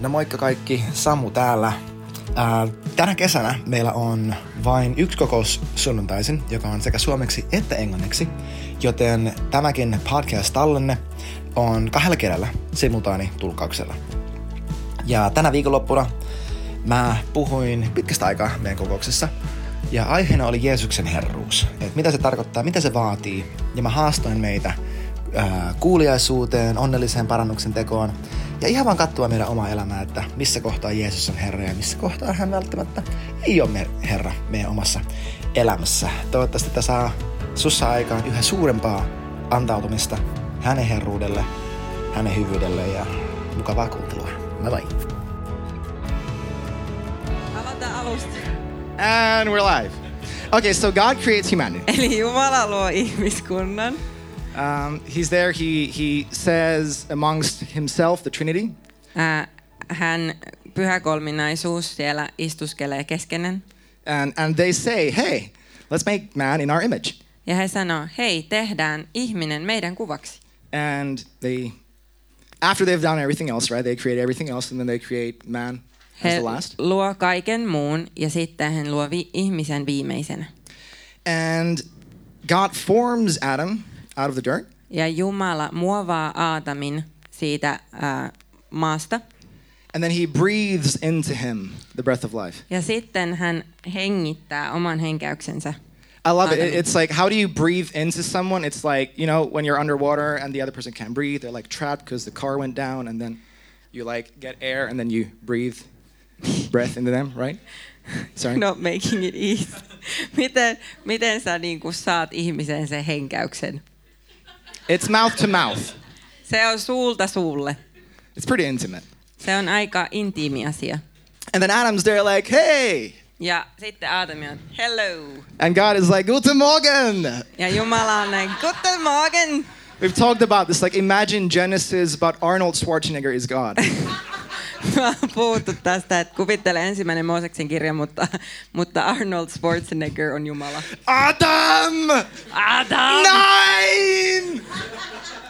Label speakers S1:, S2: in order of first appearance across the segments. S1: No moikka kaikki, Samu täällä. Ää, tänä kesänä meillä on vain yksi kokous sunnuntaisin, joka on sekä suomeksi että englanniksi, joten tämäkin podcast-tallenne on kahdella kielellä simultaanitulkauksella. Ja tänä viikonloppuna mä puhuin pitkästä aikaa meidän kokouksessa ja aiheena oli Jeesuksen herruus. Et mitä se tarkoittaa, mitä se vaatii. Ja mä haastoin meitä ää, kuuliaisuuteen, onnelliseen parannuksen tekoon ja ihan vaan katsoa meidän omaa elämää, että missä kohtaa Jeesus on Herra ja missä kohtaa hän välttämättä ei ole me- Herra meidän omassa elämässä. Toivottavasti tämä saa sussa aikaan yhä suurempaa antautumista hänen herruudelle, hänen hyvyydelle ja mukavaa kuuntelua. Bye bye.
S2: Aloita alusta.
S3: And we're live. Okay, so God creates humanity.
S2: Eli Jumala luo ihmiskunnan.
S3: Um, he's there. He he says amongst himself the Trinity.
S2: Ää, Hän pyhäkolminaisuus siellä istuskelee keskenen.
S3: And and they say, "Hey, let's make man in our image."
S2: Ja he sanoo, hei, tehdään ihminen meidän kuvaksi.
S3: And they after they've done everything else, right? They create everything else and then they create man as
S2: He
S3: the last.
S2: luo kaiken muun ja sitten hän luo vi- ihmisen viimeisenä.
S3: And God forms Adam out of the dirt
S2: Ja Jumala muovaa Aatamin siitä ää, maasta.
S3: and then he breathes into him the breath of life.
S2: Ja sitten hän hengittää oman henkäyksensä.
S3: I love it.
S2: Adam.
S3: It- It's like, how do you breathe into someone? It's like, you know, when you're underwater and the other person can't breathe, they're like trapped because the car went down, and then you like get air and then you breathe breath into them, right? Sorry.
S2: Not No, making it easy. Miten, miten sä niin kuin saat ihmisen sen henkäyksen?
S3: It's mouth to mouth.
S2: Se on suulta suulle.
S3: It's pretty intimate.
S2: Se on aika intiimi asia.
S3: And then Adam's there like, hey.
S2: Ja sitten Aatami on, hello.
S3: And God is like, Guten Morgen.
S2: Ja Jumala on näin, guten morgen.
S3: We've talked about this. Like, imagine Genesis, but Arnold Schwarzenegger is God.
S2: Mä oon puhuttu tästä, että kuvittele ensimmäinen Mooseksen kirja, mutta, mutta Arnold Schwarzenegger on Jumala. No!
S3: Adam! No!
S2: Adam!
S3: Nine!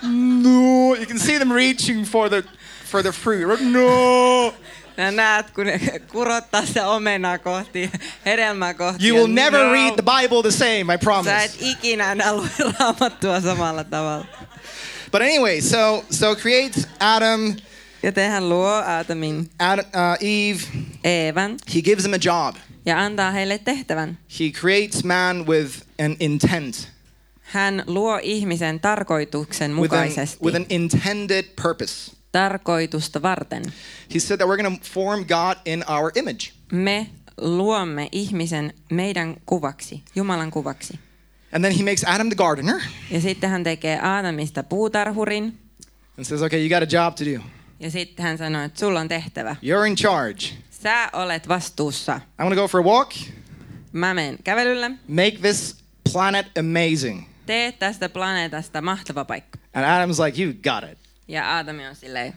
S3: No, you can see them reaching for the for the fruit. right? No,
S2: Nä näet, kun ne kurottaa sitä omenaa kohti, hedelmää kohti.
S3: you
S2: ja
S3: will never
S2: no.
S3: read the Bible the same. I
S2: Sä et
S3: promise.
S2: ikinä enää lue raamattua samalla tavalla.
S3: But anyway, so so creates Adam,
S2: Joten hän luo Aatamin
S3: Adam uh, Eve.
S2: Eevan
S3: He gives him a job.
S2: ja antaa heille tehtävän.
S3: He creates man with an intent,
S2: Hän luo ihmisen tarkoituksen
S3: with an,
S2: mukaisesti,
S3: with an intended purpose.
S2: tarkoitusta varten.
S3: He said that we're going to form God in our image.
S2: Me luomme ihmisen meidän kuvaksi, Jumalan kuvaksi.
S3: And then he makes Adam the gardener
S2: Ja sitten hän tekee Aatamista puutarhurin.
S3: and says, "Okay, you got a job to do.
S2: Ja sitten hän sanoo, että sulla on tehtävä.
S3: You're in charge.
S2: Sä olet vastuussa.
S3: I'm going to go for a walk.
S2: Mä menen kävelylle.
S3: make this planet amazing.
S2: Tee tästä planeetasta mahtava paikka.
S3: And Adam's like, you got it.
S2: Ja Aatami on silleen,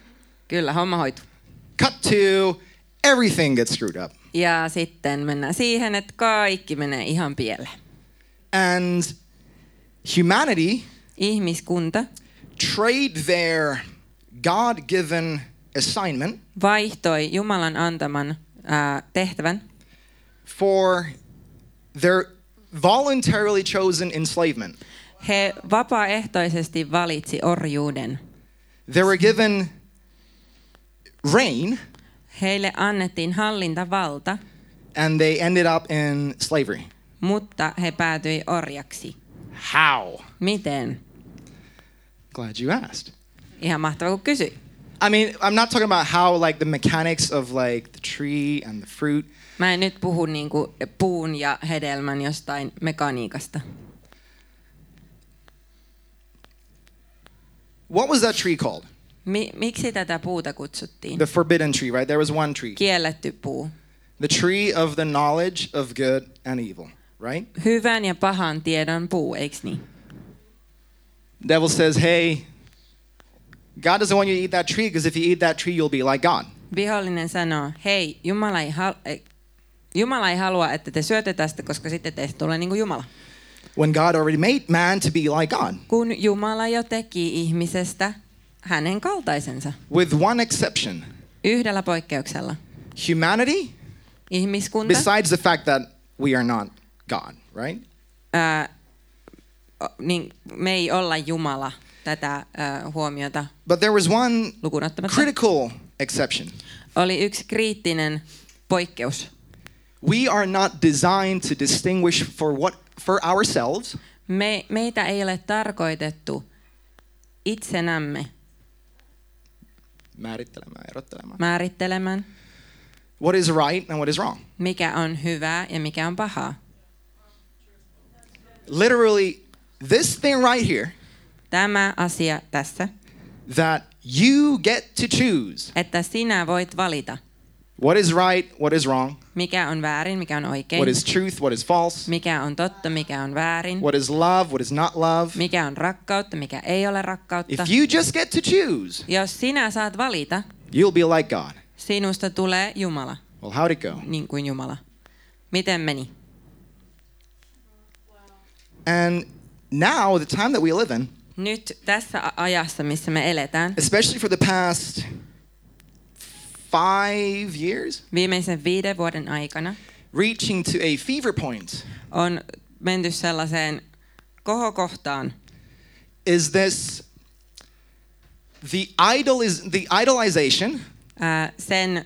S2: kyllä homma hoituu.
S3: Cut to everything gets screwed up.
S2: Ja sitten mennään siihen, että kaikki menee ihan pieleen.
S3: And humanity
S2: Ihmiskunta
S3: trade their God given assignment
S2: vaihtoi Jumalan antaman ää, tehtävän
S3: for their voluntarily chosen enslavement.
S2: He vapaaehtoisesti valitsi orjuuden.
S3: They were given reign
S2: Heille annettiin hallintavalta,
S3: and they ended up in slavery.
S2: mutta he päätyi orjaksi.
S3: How?
S2: Miten?
S3: Glad you asked.
S2: Ihan mahtava, kun kysyi.
S3: I mean, I'm not talking about how like the mechanics of like the tree and the fruit.
S2: Mä en nyt puhu niinku puun ja hedelmän jostain mekaniikasta.
S3: What was that tree called?
S2: Mi- miksi tätä puuta kutsuttiin?
S3: The forbidden tree, right? There was one tree.
S2: Kielletty puu.
S3: The tree of the knowledge of good and evil, right?
S2: Hyvän ja pahan tiedon puu, eiks niin?
S3: Devil says, "Hey, God doesn't want you to eat that tree because if you eat that tree, you'll be like God."
S2: Vihollinen sanoo, hei, Jumala ei, hal- ei, Jumala ei halua, että te syötte tästä, koska sitten teistä tulee niin kuin Jumala.
S3: When God already made man to be like God,
S2: Kun Jumala jo teki ihmisestä hänen kaltaisensa,
S3: with one exception.
S2: Yhdellä poikkeuksella.
S3: Humanity,
S2: Ihmiskunta,
S3: besides the fact that we are not God, right?
S2: ää, o- niin me ei olla Jumala tätä ää, huomiota
S3: But there was one
S2: lukuun ottamatta.
S3: critical exception.
S2: Oli yksi kriittinen poikkeus.
S3: We are not designed to distinguish for what for ourselves
S2: Me, meitä ei ole tarkoitettu itsenämme
S3: määrittelemään, erottelemaan,
S2: määrittelemään,
S3: what is right and what is wrong.
S2: mikä on hyvää ja mikä on pahaa.
S3: Literally, this thing right here
S2: Tämä asia tässä,
S3: that you get to choose
S2: että sinä voit valita,
S3: what is right, what is wrong,
S2: mikä on väärin, mikä on oikein,
S3: what is truth, what is false,
S2: mikä on totta, mikä on väärin,
S3: what is love, what is not love.
S2: mikä on rakkautta, mikä ei ole rakkautta.
S3: If you just get to choose,
S2: Jos sinä saat valita,
S3: you'll be like God.
S2: sinusta tulee Jumala,
S3: Well, how'd it go?
S2: niin kuin Jumala. Miten meni?
S3: And now, the time that we live in,
S2: Nyt tässä a- ajassa, missä me eletään,
S3: especially for the past five years,
S2: viimeisen viiden vuoden aikana,
S3: reaching to a fever point
S2: on menty sellaiseen kohokohtaan.
S3: is this the idol is the idolization
S2: Ää, sen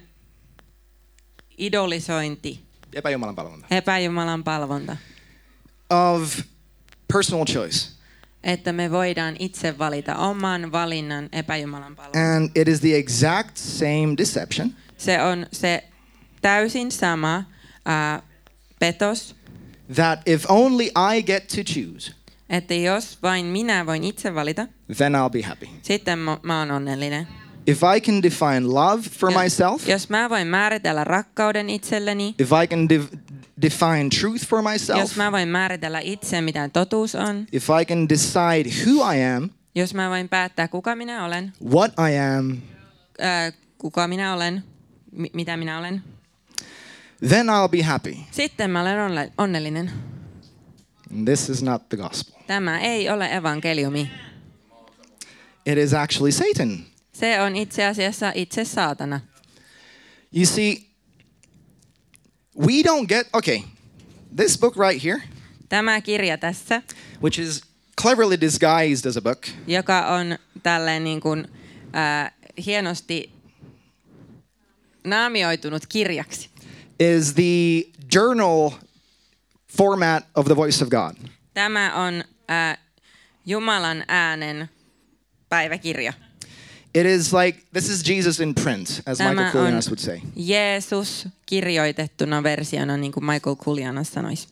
S2: idolisointi,
S3: Epäjumalan palvelunta,
S2: epäjumalan palvonta,
S3: of personal choice.
S2: että me voidaan itse valita oman valinnan epäjumalan palvonta.
S3: And it is the exact same deception
S2: Se on se täysin sama ää, petos,
S3: that if only I get to choose,
S2: että jos vain minä voin itse valita,
S3: then I'll be happy.
S2: sitten mä, mä oon onnellinen.
S3: If I can define love for myself,
S2: Jos mä voin määritellä rakkauden itselleni,
S3: if I can de- define truth for
S2: jos
S3: myself,
S2: mä voin määritellä itse, mitä totuus on,
S3: if I can decide who I am,
S2: jos mä voin päättää, kuka minä olen,
S3: what I am,
S2: ää, kuka minä olen, mi- mitä minä olen,
S3: then I'll be happy.
S2: sitten mä olen onle- onnellinen.
S3: And this is not the gospel.
S2: Tämä ei ole evankeliumi.
S3: It is actually Satan.
S2: Se on itse asiassa itse saatana.
S3: You see, we don't get, okay, this book right here,
S2: Tämä kirja tässä,
S3: which is cleverly disguised as a book,
S2: joka on tälleen niin kuin, ää, hienosti naamioitunut kirjaksi.
S3: is the journal format of the voice of God.
S2: Tämä on ää, Jumalan äänen päiväkirja.
S3: It is like, this is Jesus in print, as
S2: Tämä
S3: Michael
S2: on
S3: Koulianos would say.
S2: Jeesus kirjoitettuna versiona, niin kuin Michael Kulianas sanoisi.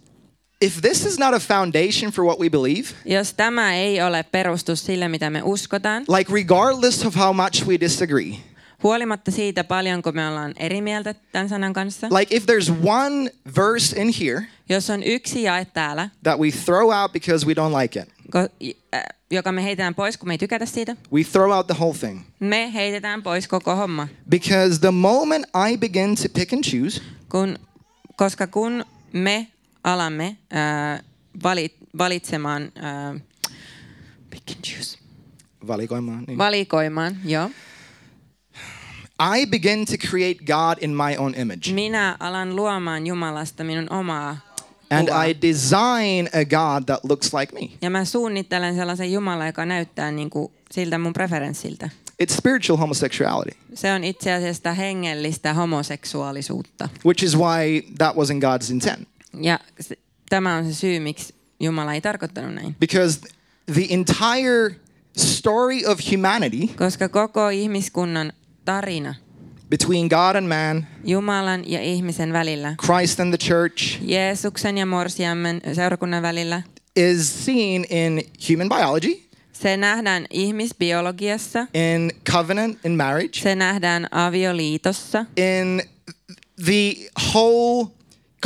S3: If this is not a foundation for what we believe,
S2: Jos tämä ei ole perustus sille, mitä me uskotaan,
S3: like regardless of how much we disagree,
S2: huolimatta siitä paljonko me ollaan eri mieltä tämän sanan kanssa,
S3: like if there's one verse in here
S2: jos on yksi jae täällä,
S3: that we throw out because we don't like it,
S2: ko- j- äh, joka me heitetään pois, kun me ei tykätä siitä,
S3: we throw out the whole thing.
S2: me heitetään pois koko homma.
S3: Because the moment I begin to pick and choose,
S2: Kun, koska kun me alamme ää, valit, valitsemaan, ää, pick and choose.
S3: valikoimaan, niin-
S2: valikoimaan, joo.
S3: I begin to create God in my own image.
S2: Minä alan luomaan Jumalasta minun omaa
S3: And
S2: kuvaa.
S3: I design a God that looks like me.
S2: Ja mä suunnittelen sellaisen Jumalan, joka näyttää niin kuin siltä mun preferenssiltä.
S3: It's spiritual homosexuality,
S2: Se on itse asiassa sitä hengellistä homoseksuaalisuutta.
S3: which is why that wasn't God's intent.
S2: Ja se, tämä on se syy, miksi Jumala ei tarkoittanut näin.
S3: Because the entire story of humanity
S2: Koska koko ihmiskunnan tarina
S3: between God and man,
S2: Jumalan ja ihmisen välillä,
S3: Christ and the church,
S2: Jeesuksen ja morsiammen seurakunnan välillä,
S3: is seen in human biology,
S2: se nähdään ihmisbiologiassa,
S3: in covenant, in marriage,
S2: se nähdään avioliitossa,
S3: in the whole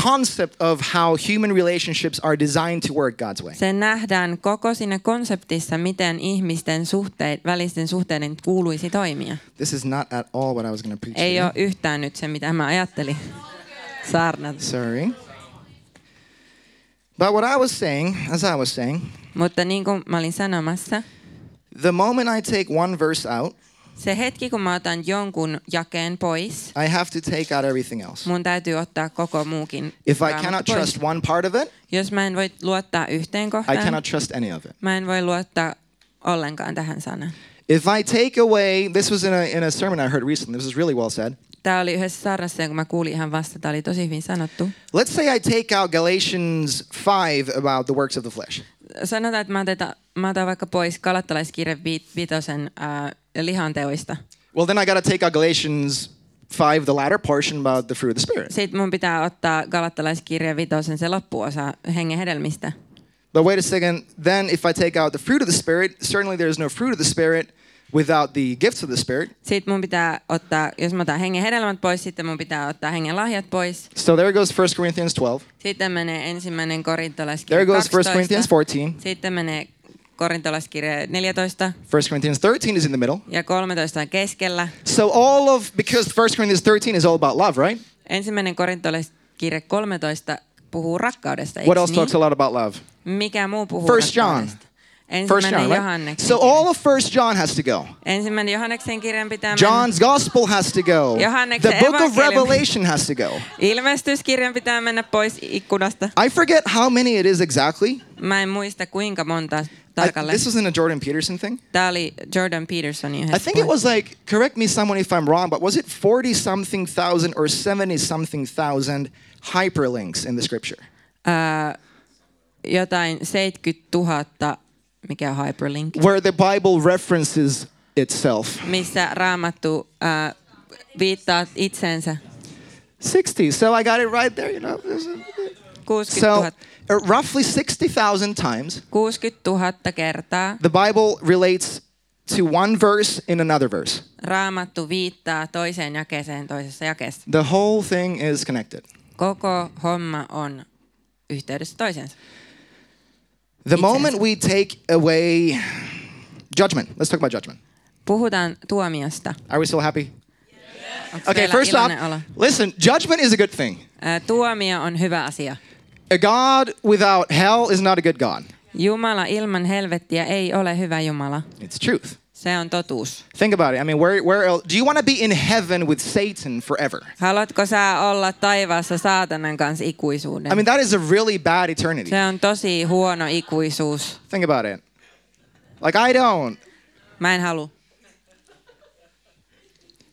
S3: concept of how human relationships are designed to work God's way.
S2: Se nähdään koko siinä konseptissa, miten ihmisten suhteiden, välisten suhteiden kuuluisi toimia.
S3: This is not at all what I was going to preach.
S2: Ei
S3: today.
S2: ole yhtään nyt se, mitä mä ajattelin saarnat.
S3: Sorry. But what I was saying, as I was saying,
S2: Mutta niin kuin mä olin sanomassa,
S3: the moment I take one verse out,
S2: Se hetki, kun mä otan jonkun jakeen pois,
S3: I have to take out everything else.
S2: mun täytyy ottaa koko muukin
S3: If I
S2: raamattu
S3: cannot
S2: pois.
S3: trust one part of it,
S2: Jos mä en voi luottaa yhteen
S3: I
S2: kohtaan,
S3: cannot trust any of it.
S2: mä en voi luottaa ollenkaan tähän sanaan.
S3: If I take away, this was in a, in a sermon I heard recently, this was really well said.
S2: Tämä oli yhdessä saarnassa, kun mä kuulin ihan vasta. Tämä oli tosi hyvin sanottu.
S3: Let's say I take out Galatians 5 about the works of the flesh.
S2: Sanotaan, että mä, oteta, mä otan vaikka pois kalattalaiskirje vi- vitosen äh, lihanteoista.
S3: Well, then I got to take out Galatians 5, the latter portion about the fruit of the Spirit.
S2: Sitten mun pitää ottaa galattalaiskirje vitosen se loppuosa hengen hedelmistä.
S3: But wait a second, then if I take out the fruit of the Spirit, certainly there is no fruit of the Spirit without the gifts of the Spirit.
S2: Sitten mun pitää ottaa, jos mä otan hengen hedelmät pois, sitten mun pitää ottaa hengen lahjat pois.
S3: So there goes 1 Corinthians 12.
S2: Sitten menee ensimmäinen
S3: There
S2: korintolaiskirja
S3: goes 1 Corinthians
S2: 12.
S3: 14.
S2: Sitten menee korintolaiskirja 14
S3: 1 Corinthians 13 is in the middle.
S2: ja 13 on keskellä.
S3: So all of, because 1 Corinthians 13 is all about love, right?
S2: Ensimmäinen korintolaiskirja 13 puhuu rakkaudesta,
S3: What
S2: eikö
S3: else talks a
S2: niin?
S3: lot about love?
S2: Mikä muu puhuu
S3: First John.
S2: rakkaudesta?
S3: First
S2: Ensimmäinen
S3: John, right?
S2: Johanneksen
S3: So
S2: kirja.
S3: all of First John has to go.
S2: Ensimmäinen Johanneksen kirjan pitää mennä.
S3: John's gospel has to go.
S2: Johanneksen
S3: The book of
S2: evankeliumi.
S3: Revelation has to go.
S2: Ilmestyskirjan pitää mennä pois ikkunasta.
S3: I forget how many it is exactly.
S2: Mä en muista kuinka monta
S3: I,
S2: tarkalleen.
S3: this was in a Jordan Peterson thing.
S2: Tämä oli Jordan Petersonin
S3: I
S2: yhdessä
S3: think it
S2: puhe.
S3: was like, correct me someone if I'm wrong, but was it 40 something thousand or 70 something thousand hyperlinks in the scripture?
S2: jotain 70 000, mikä on hyperlink,
S3: Where the Bible references itself.
S2: missä raamattu äh, viittaa itseensä.
S3: 60. So I got it right there, you know.
S2: 60
S3: So
S2: 000,
S3: uh, roughly 60,000 times
S2: 60 000 kertaa
S3: the Bible relates to one verse in another verse.
S2: raamattu viittaa toiseen jakeeseen toisessa jakeessa.
S3: The whole thing is connected.
S2: Koko homma on yhteydessä toisensa.
S3: The
S2: It
S3: moment
S2: says-
S3: we take away judgment, let's talk about judgment.
S2: Puhutaan tuomiosta.
S3: Are we still happy?
S2: Onks
S3: Okay,
S2: teillä
S3: first off,
S2: iloinen olo?
S3: listen, judgment is a good thing.
S2: Ää, Tuomio on hyvä asia.
S3: A God without hell is not a good God.
S2: Jumala ilman helvettiä ei ole hyvä Jumala.
S3: It's truth.
S2: Se on totuus.
S3: Think about it. I mean, where, where else? Do you want to be in heaven with Satan forever?
S2: Haluatko sä olla taivaassa saatanan kanssa ikuisuuden?
S3: I mean, that is a really bad eternity.
S2: Se on tosi huono ikuisuus.
S3: Think about it. Like, I don't.
S2: Mä en halua.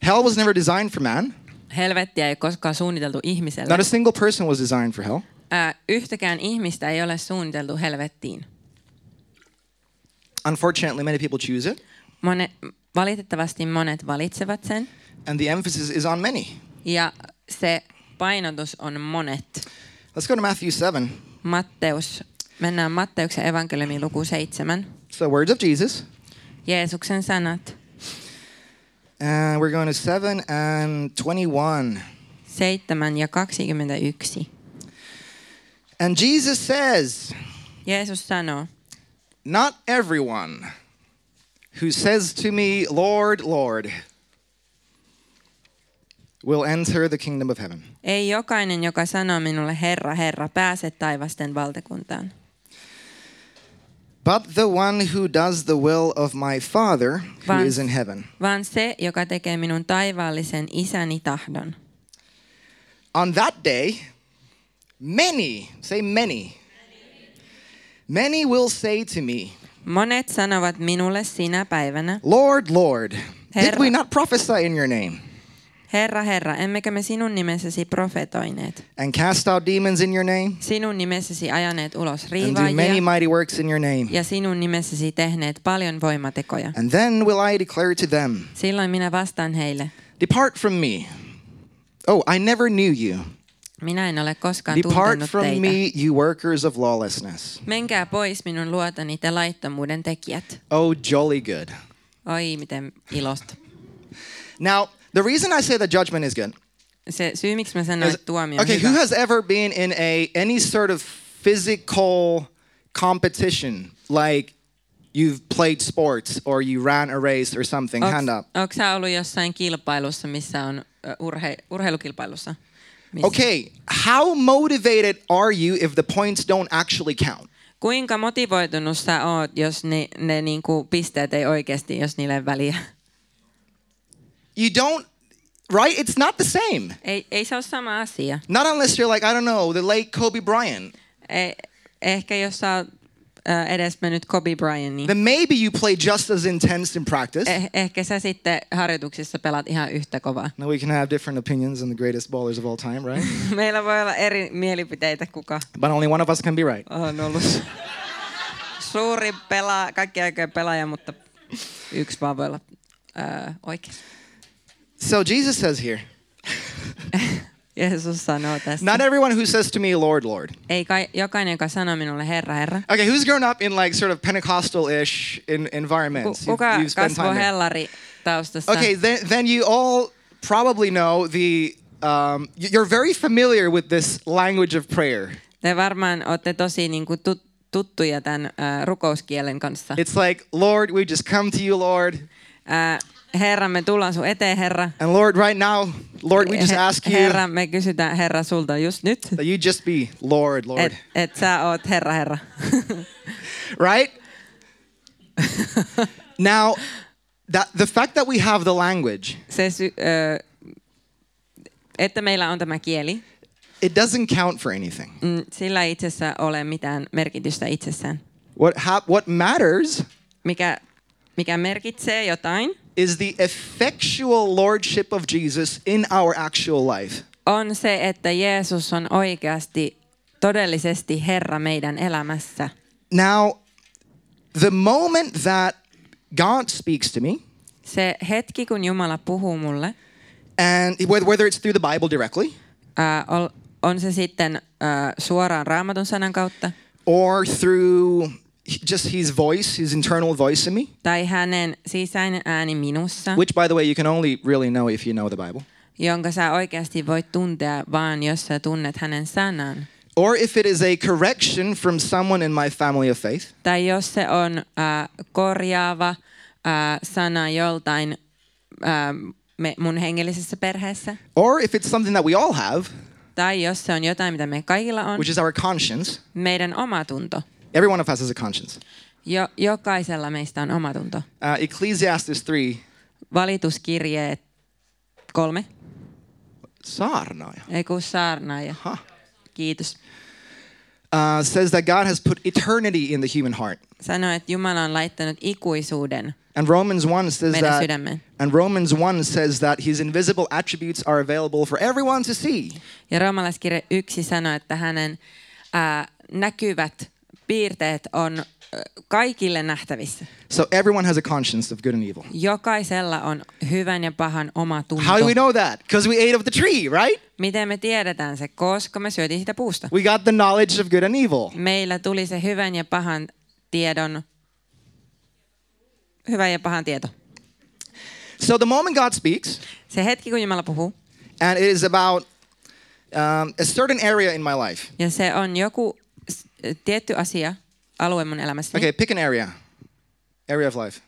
S3: Hell was never designed for man.
S2: Helvettiä ei ole koskaan suunniteltu ihmiselle.
S3: Not a single person was designed for hell.
S2: Ää, yhtäkään ihmistä ei ole suunniteltu helvettiin.
S3: Unfortunately, many people choose it,
S2: Monet, valitettavasti monet valitsevat sen.
S3: and the emphasis is on many.
S2: Ja se painotus on monet.
S3: Let's go to Matthew 7.
S2: Matteus, mennään Matteuksen evankeliumiin luku 7.
S3: It's the words of Jesus.
S2: Jeesuksen sanat
S3: And we're going to 7 and 21.
S2: 7 ja 21.
S3: And Jesus says,
S2: Jeesus sanoo,
S3: Not everyone who says to me, Lord, Lord, will enter the kingdom of heaven,
S2: ei jokainen, joka sanoo minulle Herra, Herra, pääse taivasten valtakuntaan,
S3: but the one who does the will of my Father who
S2: Vaan-
S3: is in heaven.
S2: vaan se, joka tekee minun taivaallisen isäni tahdon.
S3: On that day, many, say many, many will say to me,
S2: Monet sanovat minulle sinä päivänä,
S3: Lord, Lord, did
S2: Herra.
S3: we not prophesy in your name
S2: Herra, Herra, emmekä me sinun nimessäsi profetoineet,
S3: and cast out demons in your name
S2: sinun nimessäsi ajaneet ulos
S3: and do many
S2: riivaajia
S3: mighty works in your name?
S2: ja sinun nimessäsi tehneet paljon voimatekoja.
S3: And then will I declare to them,
S2: Silloin minä vastaan heille,
S3: Depart from me. Oh, I never knew you.
S2: minä en ole koskaan
S3: Depart
S2: tuntenut
S3: from
S2: teitä.
S3: me, you workers of lawlessness.
S2: Menkää pois minun luotani te laittomuuden tekijät.
S3: Oh, jolly good.
S2: Oi, miten ilosta.
S3: Now, the reason I say that judgment is good
S2: Se syy, miksi mä sanoin,
S3: is
S2: että tuomio on
S3: okay, who
S2: hyvä.
S3: has ever been in a any sort of physical competition like you've played sports or you ran a race or something? Hand up.
S2: Onko sä ollut jossain kilpailussa, missä on ö, urhe, urheilukilpailussa? Missä?
S3: Okay, how motivated are you if the points don't actually count?
S2: Kuinka motivoitunut sä oot, jos ne, ne niinku pisteet ei oikeasti, jos niille ei väliä?
S3: you don't, right? It's not the same.
S2: Ei, ei se ole sama asia.
S3: Not unless you're like, I don't know, the late Kobe Bryant.
S2: E- ehkä jos sä oot äh, edes mennyt Kobe Bryantiin.
S3: Then maybe you play just as intense in practice.
S2: Eh- ehkä sä sitten harjoituksissa pelaat ihan yhtä kovaa.
S3: Now we can have different opinions on the greatest ballers of all time, right?
S2: Meillä voi olla eri mielipiteitä, kuka
S3: but only one of us can be right.
S2: on ollut su- suuri pelaa, kaikki aikojen pelaaja, mutta yksi vaan voi olla öö, oikein.
S3: So Jesus says here,
S2: Jeesus sanoo tässä.
S3: not everyone who says to me, Lord, Lord.
S2: Ei kai, jokainen, joka sanoo minulle herra, herra.
S3: Okay, who's grown up in like sort of Pentecostal-ish in,
S2: Ku-
S3: environments? You've-
S2: Kuka
S3: you've spent
S2: kasvoi
S3: time there.
S2: hellari taustassa?
S3: Okay, then, then you all probably know the. Um, y- you're very familiar with this language of prayer.
S2: Te varmaan olette tosi niin kuin, tut, tuttuja tämän äh, rukouskielen kanssa.
S3: It's like, Lord, we just come to you, Lord,
S2: Äh, herra, me tullaan sun eteen, herra.
S3: and Lord, right now, Lord, we just
S2: He-
S3: ask you
S2: herra, me kysytään herra sulta just nyt,
S3: that you just be Lord, Lord,
S2: että et sä oot herra, herra.
S3: right? now, that the fact that we have the language,
S2: Se sy, ö, että meillä on tämä kieli,
S3: it doesn't count for anything.
S2: mm, sillä ei itsessä ole mitään merkitystä itsessään.
S3: What hap- what matters
S2: Mikä, mikä merkitsee jotain,
S3: is the effectual lordship of Jesus in our actual life.
S2: on se, että Jeesus on oikeasti todellisesti Herra meidän elämässä.
S3: Now, the moment that God speaks to me,
S2: Se hetki, kun Jumala puhuu mulle,
S3: and whether whether it's through the Bible directly
S2: ää, ol- on se sitten ää, suoraan raamatun sanan kautta
S3: or through just his voice, his internal voice in me,
S2: tai hänen sisäinen ääni minussa,
S3: which, by the way, you can only really know if you know the Bible,
S2: jonka sä oikeasti voit tuntea vaan, jos sä tunnet hänen sanan.
S3: or if it is a correction from someone in my family of faith,
S2: Tai jos se on ää, korjaava ää, sana joltain ää, me, mun hengellisessä perheessä,
S3: or if it's something that we all have,
S2: tai jos se on jotain, mitä me kaikilla on,
S3: which is our conscience.
S2: meidän omatunto.
S3: Every one of us has a conscience.
S2: Jo, jokaisella meistä on omatunto.
S3: Uh, Ecclesiastes 3.
S2: Valituskirjeet kolme,
S3: Saarnaaja.
S2: ei kun saarnaaja.
S3: Huh.
S2: Kiitos.
S3: uh, says that God has put eternity in the human heart.
S2: Sanoi, että Jumala on laittanut ikuisuuden
S3: And Romans 1 says
S2: meidän
S3: that
S2: sydämeen.
S3: and Romans 1 says that his invisible attributes are available for everyone to see.
S2: Ja roomalaiskirja yksi sanoi, että hänen ää, näkyvät piirteet on ä, kaikille nähtävissä.
S3: So everyone has a conscience of good and evil.
S2: Jokaisella on hyvän ja pahan oma tunto.
S3: How do we know that? Because we ate of the tree, right?
S2: Miten me tiedetään se? Koska me syötiin sitä puusta.
S3: We got the knowledge of good and evil.
S2: Meillä tuli se hyvän ja pahan tiedon, hyvän ja pahan tieto.
S3: So the moment God speaks,
S2: Se hetki, kun Jumala puhuu,
S3: and it is about um, a certain area in my life.
S2: ja se on joku s- tietty asia, alue mun elämässä.
S3: Okay, pick an area. Area of life.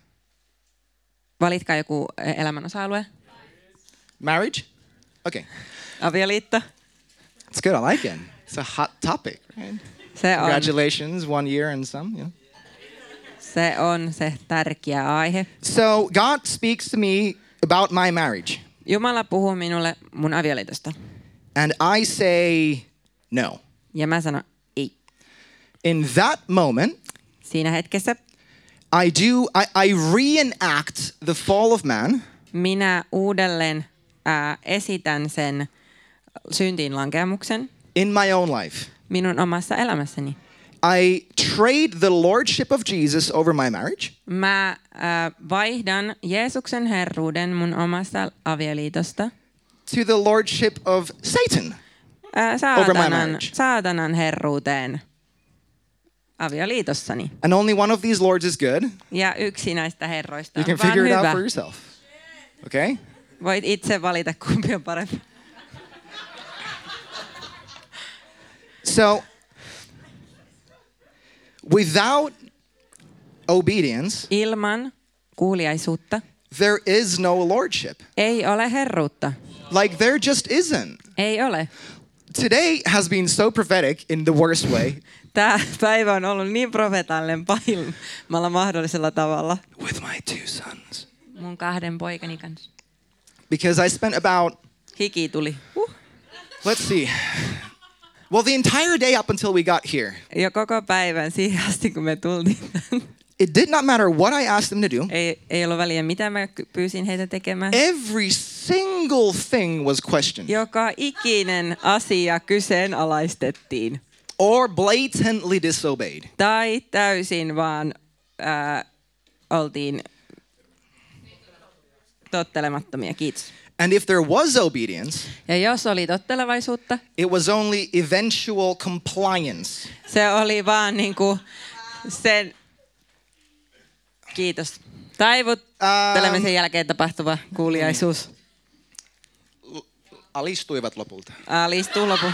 S2: Valitkaa joku ä, elämän osa-alue.
S3: Marriage? Okay.
S2: Avioliitto.
S3: It's good. I like it. It's a hot topic, right?
S2: Se on,
S3: Congratulations, one year and some. Yeah.
S2: se on se tärkeä aihe.
S3: So God speaks to me about my marriage,
S2: Jumala puhuu minulle mun avioliitosta.
S3: and I say no.
S2: Ja mä sanon, ei.
S3: In that moment,
S2: Siinä hetkessä
S3: I do I, I reenact the fall of man
S2: minä uudelleen ää, esitän sen syntiin lankeamuksen
S3: in my own life.
S2: minun omassa elämässäni.
S3: I trade the lordship of Jesus over my marriage
S2: Mä ää, vaihdan Jeesuksen herruuden mun omasta avioliitosta
S3: to the lordship of Satan.
S2: ää,
S3: Over my
S2: saatanan,
S3: marriage.
S2: saatanan herruuteen avioliitossani.
S3: And only one of these lords is good. You
S2: Ja yksi näistä herroista
S3: can
S2: on vaan
S3: figure it out
S2: hyvä.
S3: for yourself. Okay?
S2: Voit itse valita, kumpi on parempi.
S3: So without obedience,
S2: Ilman kuuliaisuutta
S3: there is no lordship.
S2: ei ole herruutta.
S3: Like there just isn't.
S2: Ei ole.
S3: Today has been so prophetic in the worst way.
S2: Tämä päivä on ollut niin profetallinen pahimmalla mahdollisella tavalla.
S3: With my two sons.
S2: Mun kahden poikani kanssa.
S3: because I spent about
S2: Hiki tuli. Huh.
S3: let's see. Well, the entire day up until we got here,
S2: Jo koko päivän siihen asti, kun me tultiin. tänne.
S3: it did not matter what I asked them to do.
S2: ei, ei ollut väliä, mitä mä ky- pyysin heitä tekemään.
S3: Every single thing was questioned
S2: Joka ikinen asia kyseenalaistettiin.
S3: or blatantly disobeyed.
S2: Tai täysin vaan ää, oltiin tottelemattomia. Kiitos.
S3: And if there was obedience,
S2: Ja jos oli tottelevaisuutta,
S3: it was only eventual compliance.
S2: se oli vaan niinku sen... Kiitos.
S3: Ähm.
S2: Taivuttelemisen jälkeen tapahtuva kuuliaisuus.
S3: Alistuivat lopulta.
S2: Alistuu Äh, lopu.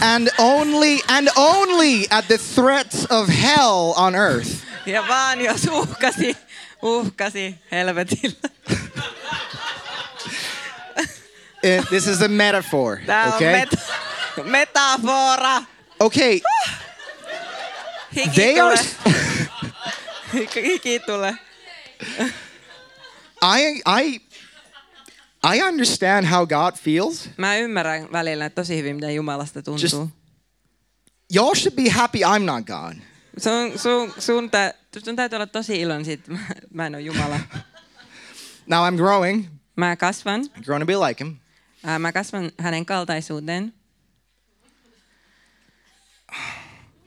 S3: And only and only at the threats of hell on earth.
S2: Ja vaan jos uhkasi, uhkasi helvetillä.
S3: Eh, this is a metaphor.
S2: Tää on
S3: Okay.
S2: met- metafora.
S3: Okay.
S2: Hiki
S3: They are.
S2: tulee. Hiki tulee.
S3: I I I understand how God feels.
S2: Mä ymmärrän välillä tosi hyvin, mitä Jumalasta tuntuu.
S3: Just- Y'all should be happy I'm not God.
S2: Sun, sun, sun, tä, sun täytyy olla tosi iloinen siitä, että mä, mä en ole Jumala.
S3: Now I'm growing.
S2: Mä kasvan.
S3: I'm growing to be like Him.
S2: Ää, Mä kasvan hänen kaltaisuuteen.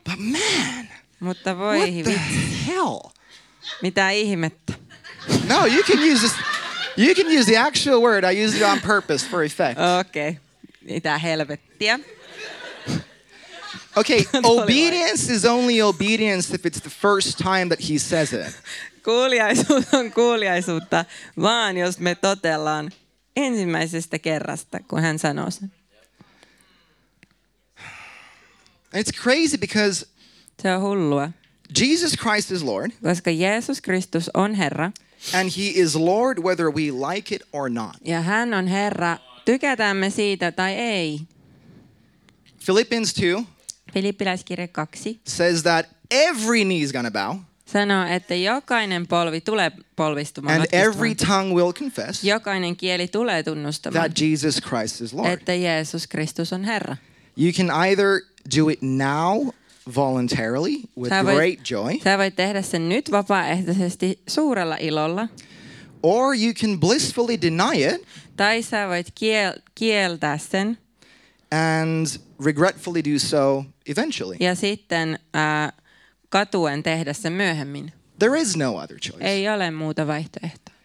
S3: But man,
S2: Mutta
S3: what
S2: voi
S3: the
S2: hivi,
S3: hell?
S2: mitä ihmettä.
S3: No, you can use this. You can use the actual word. I used it on purpose for effect.
S2: Okei, okay. mitä helvettiä.
S3: Okay,
S2: right.
S3: obedience is only obedience if it's the first time that He says it.
S2: Kuuliaisuus on kuuliaisuutta, vaan jos me totellaan ensimmäisestä kerrasta, kun hän sanoo sen.
S3: And it's crazy because
S2: Se on hullua,
S3: Jesus Christ is Lord,
S2: koska Jeesus Kristus on Herra
S3: and He is Lord whether we like it or not.
S2: ja hän on Herra, tykätään me siitä tai ei.
S3: Philippians 2
S2: Filippiläiskirja 2
S3: says that every knee is going to bow
S2: sanoo, että jokainen polvi tulee polvistumaan.
S3: and
S2: katkistumaan.
S3: every tongue will confess
S2: Jokainen kieli tulee tunnustamaan,
S3: that Jesus Christ is Lord.
S2: että Jeesus Kristus on Herra.
S3: You can either do it now voluntarily with
S2: Sä voit-
S3: great joy,
S2: Sä voit tehdä sen nyt vapaaehtoisesti suurella ilolla,
S3: or you can blissfully deny it
S2: tai sä voit kiel- kieltää sen
S3: and regretfully do so eventually.
S2: ja sitten ää, katuen tehdä sen myöhemmin.
S3: There is no other choice.
S2: Ei ole muuta vaihtoehtoa.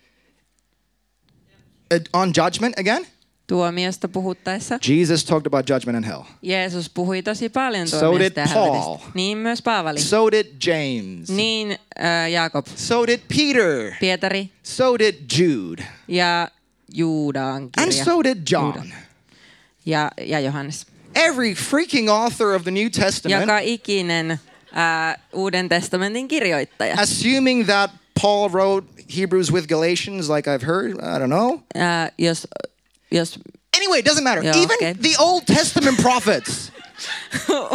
S3: Uh, on judgment again,
S2: Tuomiosta puhuttaessa
S3: Jesus talked about judgment and hell.
S2: Jeesus puhui tosi paljon
S3: So
S2: tuomiosta
S3: did
S2: ja
S3: Paul.
S2: hävetystä. Niin myös Paavali.
S3: So did James.
S2: Niin äh, Jaakob,
S3: So did Peter.
S2: Pietari
S3: So did Jude.
S2: ja Juudaan
S3: And
S2: kirja
S3: so did John.
S2: ja, ja Johannes.
S3: Every freaking author of the New Testament,
S2: Joka ikinen äh, Uuden testamentin kirjoittaja.
S3: assuming that Paul wrote Hebrews with Galatians, like I've heard, I don't know.
S2: Äh, jos, jos
S3: Anyway, it doesn't matter.
S2: Yeah,
S3: Even
S2: okay.
S3: the Old Testament prophets,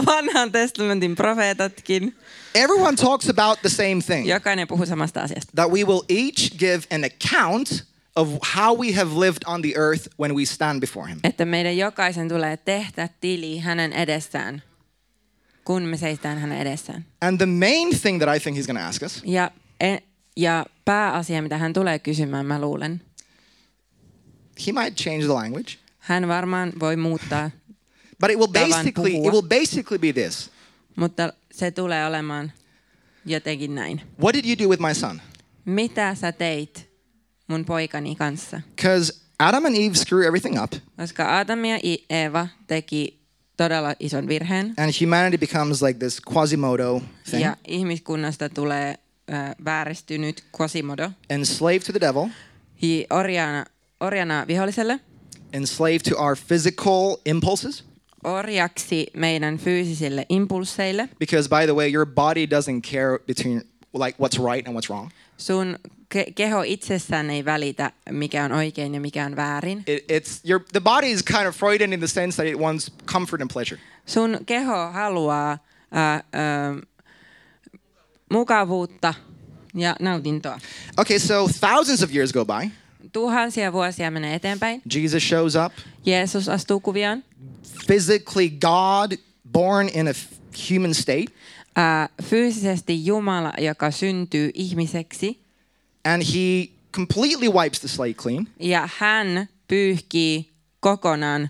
S2: vanhan testamentin profeetatkin,
S3: everyone talks about the same thing
S2: jokainen puhuu samasta asiasta.
S3: that we will each give an account of how we have lived on the earth when we stand before Him.
S2: Että meidän jokaisen tulee tehdä tili hänen edessään, kun me seistään hänen edessään.
S3: And the main thing that I think He's going to ask us
S2: Ja, e, ja pääasia, mitä hän tulee kysymään, mä luulen,
S3: He might change the language,
S2: hän varmaan voi muuttaa,
S3: but it will
S2: Tavan
S3: basically
S2: puhua.
S3: it will basically be this:
S2: mutta se tulee olemaan jotenkin näin.
S3: What did you do with my son?
S2: Mitä sä teit mun poikani kanssa?
S3: Because Adam and Eve screw everything up,
S2: Koska Adam ja I- Eeva teki todella ison virheen.
S3: and humanity becomes like this Quasimodo thing,
S2: Ja ihmiskunnasta tulee äh, vääristynyt Quasimodo.
S3: enslaved to the devil,
S2: Hi, orjana, orjana viholliselle,
S3: enslaved to our physical impulses.
S2: orjaksi meidän fyysisille impulseille.
S3: Because by the way, your body doesn't care between like what's right and what's wrong.
S2: Sun ke- keho itsessään ei välitä, mikä on oikein ja mikä on väärin.
S3: It, it's your the body is kind of Freudian in the sense that it wants comfort and pleasure.
S2: Sun keho haluaa äh, äh, mukavuutta ja nautintoa.
S3: Okay, so thousands of years go by,
S2: Tuhansia vuosia menee eteenpäin.
S3: Jesus shows up,
S2: Jeesus astuu kuvioon.
S3: physically God, born in a f- human state,
S2: Ää, Äh, fyysisesti Jumala, joka syntyy ihmiseksi.
S3: and he completely wipes the slate clean,
S2: Ja hän pyyhkii kokonaan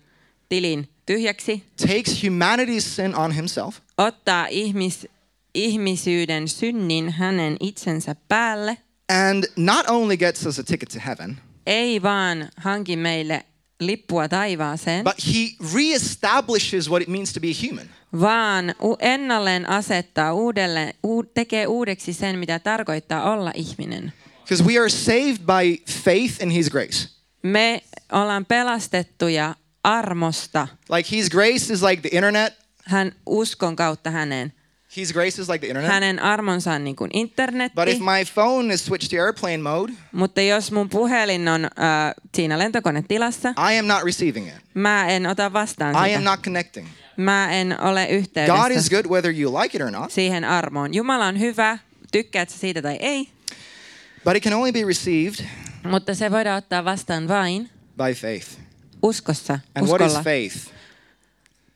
S2: tilin tyhjäksi.
S3: takes humanity's sin on himself,
S2: Ottaa ihmis, ihmisyyden synnin hänen itsensä päälle.
S3: and not only gets us a ticket to heaven,
S2: Ei vaan hanki meille lippua taivaaseen,
S3: but he reestablishes what it means to be human.
S2: vaan u- ennalleen asettaa uudelleen, u- tekee uudeksi sen, mitä tarkoittaa olla ihminen.
S3: Because we are saved by faith in his grace.
S2: Me ollaan pelastettuja armosta.
S3: Like his grace is like the internet.
S2: Hän uskon kautta häneen.
S3: His grace is like the internet.
S2: Hänen armonsa on niin kuin internetti,
S3: But Äh. if my phone is switched to airplane mode,
S2: mutta jos mun puhelin on äh, siinä lentokonetilassa,
S3: I am not receiving it.
S2: mä en ota vastaan
S3: I am
S2: sitä.
S3: not connecting.
S2: Mä en ole
S3: God is
S2: yhteydessä
S3: good whether you like it or not,
S2: siihen armoon. Jumala on hyvä, tykkäät sä siitä tai ei,
S3: but it can only be received
S2: mutta se voidaan ottaa vastaan vain
S3: by faith.
S2: uskossa,
S3: And what is
S2: uskolla.
S3: faith?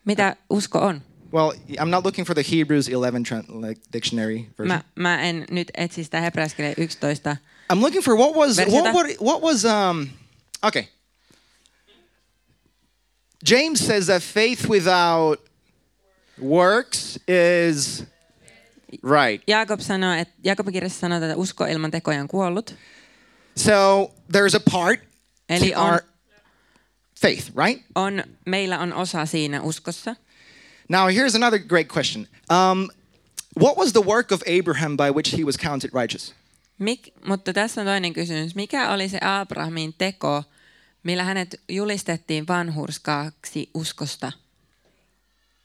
S2: Mitä usko on?
S3: Well, I'm not looking for the Hebrews 11 tran- like, dictionary version.
S2: Mä, mä en nyt etsi sitä Hebraiskirjan 11.
S3: I'm looking for what was what,
S2: Versiota.
S3: what what was um okay. James says that faith without works is right.
S2: Jaakob sanoo, että Jaakobin kirjassa sanotaan, että usko ilman tekoja on kuollut.
S3: So there's a part
S2: Eli
S3: to
S2: on-
S3: our faith, right?
S2: On, meillä on osa siinä uskossa.
S3: Now here's another great question. Um, what was the work of Abraham by which he was counted righteous?
S2: Mik, mutta tässä on toinen kysymys. Mikä oli se Abrahamin teko, millä hänet julistettiin vanhurskaaksi uskosta?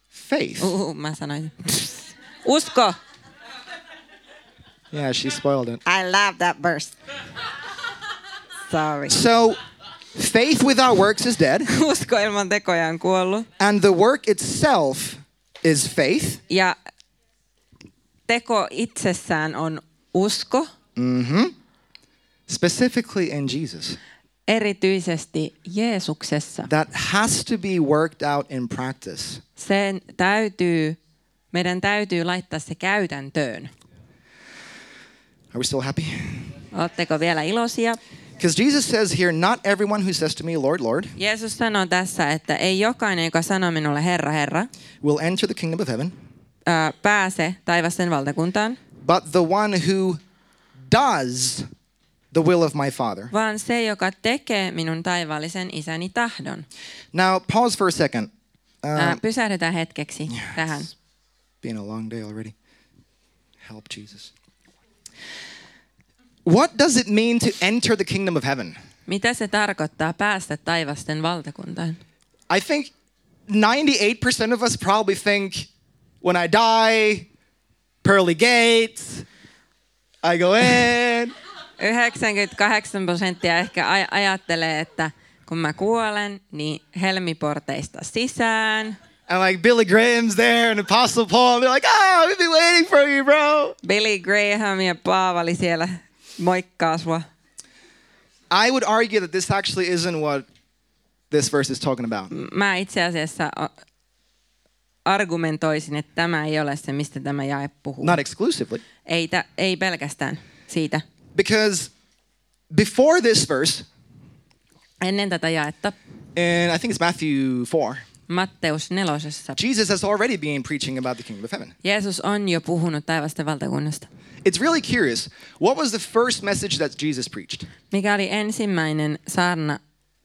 S3: Faith.
S2: Uhu, mä sanoin. Usko!
S3: Yeah, she spoiled it.
S2: I love that verse. Sorry.
S3: So faith without works is dead.
S2: Usko ilman tekoja on kuollut.
S3: And the work itself is faith.
S2: Ja teko itsessään on usko,
S3: specifically in Jesus.
S2: erityisesti Jeesuksessa.
S3: That has to be worked out in practice.
S2: Sen täytyy, meidän täytyy laittaa se käytäntöön.
S3: Are we still happy?
S2: Oletteko vielä iloisia?
S3: Because Jesus says here, not everyone who says to me, Lord, Lord,
S2: Jeesus sanoo tässä, että ei jokainen, joka sanoo minulle Herra, Herra,
S3: will enter the kingdom of heaven,
S2: ää, pääse taivasten valtakuntaan,
S3: but the one who does the will of my Father.
S2: vaan se, joka tekee minun taivaallisen isäni tahdon.
S3: Now, pause for a second.
S2: Ää, Pysähdytään hetkeksi tähän.
S3: Been a long day already. Help, Jesus. What does it mean to enter the kingdom of heaven?
S2: Mitä se tarkoittaa päästä taivasten valtakuntaan?
S3: I think 98% of us probably think when I die, pearly gates, I go in.
S2: 98 prosenttia ehkä aj- ajattelee, että kun mä kuolen, niin helmiporteista sisään.
S3: and like Billy Graham's there and Apostle Paul. And they're like, ah, we've been waiting for you, bro.
S2: Billy Graham ja Paavali siellä moikkaa sua.
S3: I would argue that this actually isn't what this verse is talking about.
S2: Mä itse asiassa o- argumentoisin, että tämä ei ole se, mistä tämä jae puhuu.
S3: Not exclusively.
S2: Ei, tä- ei pelkästään siitä.
S3: Because before this verse,
S2: Ennen tätä jaetta
S3: and I think it's Matthew 4,
S2: Matteus nelosessa
S3: Jesus has already been preaching about the kingdom of heaven.
S2: Jeesus on jo puhunut taivasten valtakunnasta.
S3: It's really curious. What was the first message that Jesus preached?
S2: Mikä oli ensimmäinen saarna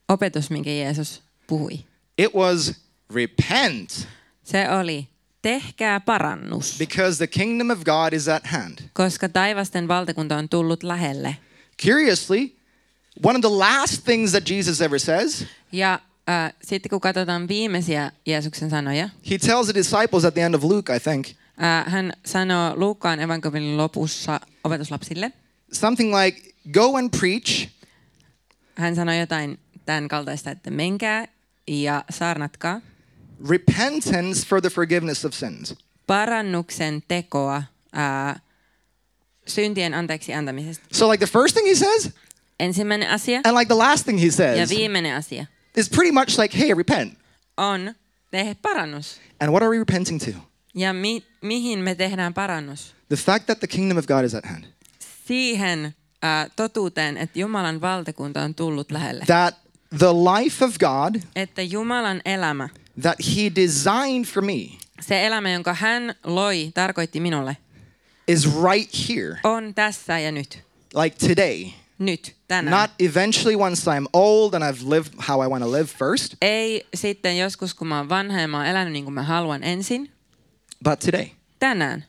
S2: opetus, minkä Jeesus puhui?
S3: It was repent
S2: Se oli, tehkää parannus,
S3: because the kingdom of God is at hand.
S2: koska taivasten valtakunta on tullut lähelle.
S3: Curiously, one of the last things that Jesus ever says,
S2: Ja äh, sitten kun katsotaan viimeisiä Jeesuksen sanoja,
S3: he tells the disciples at the end of Luke, I think,
S2: äh, hän sanoo Luukkaan evankeliumin lopussa opetuslapsille.
S3: something like, Go and preach,
S2: Hän sanoi jotain tämän kaltaista, että menkää ja saarnatkaa
S3: repentance for the forgiveness of sins.
S2: parannuksen tekoa äh, syntien anteeksi antamisesta.
S3: So, like, the first thing he says,
S2: ensimmäinen asia
S3: And like the last thing he
S2: ja
S3: says
S2: viimeinen asia
S3: is pretty much like, hey, repent.
S2: on tehdä parannus.
S3: And what are we repenting to?
S2: Ja mi- mihin me tehdään parannus?
S3: The fact that the kingdom of God is at hand.
S2: Siihen ää, totuuteen, että Jumalan valtakunta on tullut lähelle.
S3: That the life of God
S2: Että Jumalan elämä,
S3: that he designed for me
S2: se elämä, jonka hän loi, tarkoitti minulle,
S3: is right here,
S2: on tässä ja nyt.
S3: like today.
S2: Nyt, tänään.
S3: Not eventually once I'm old and I've lived how I want to live first,
S2: Ei sitten joskus, kun mä oon vanha ja mä oon elänyt niin kuin mä haluan ensin.
S3: but today.
S2: Tänään.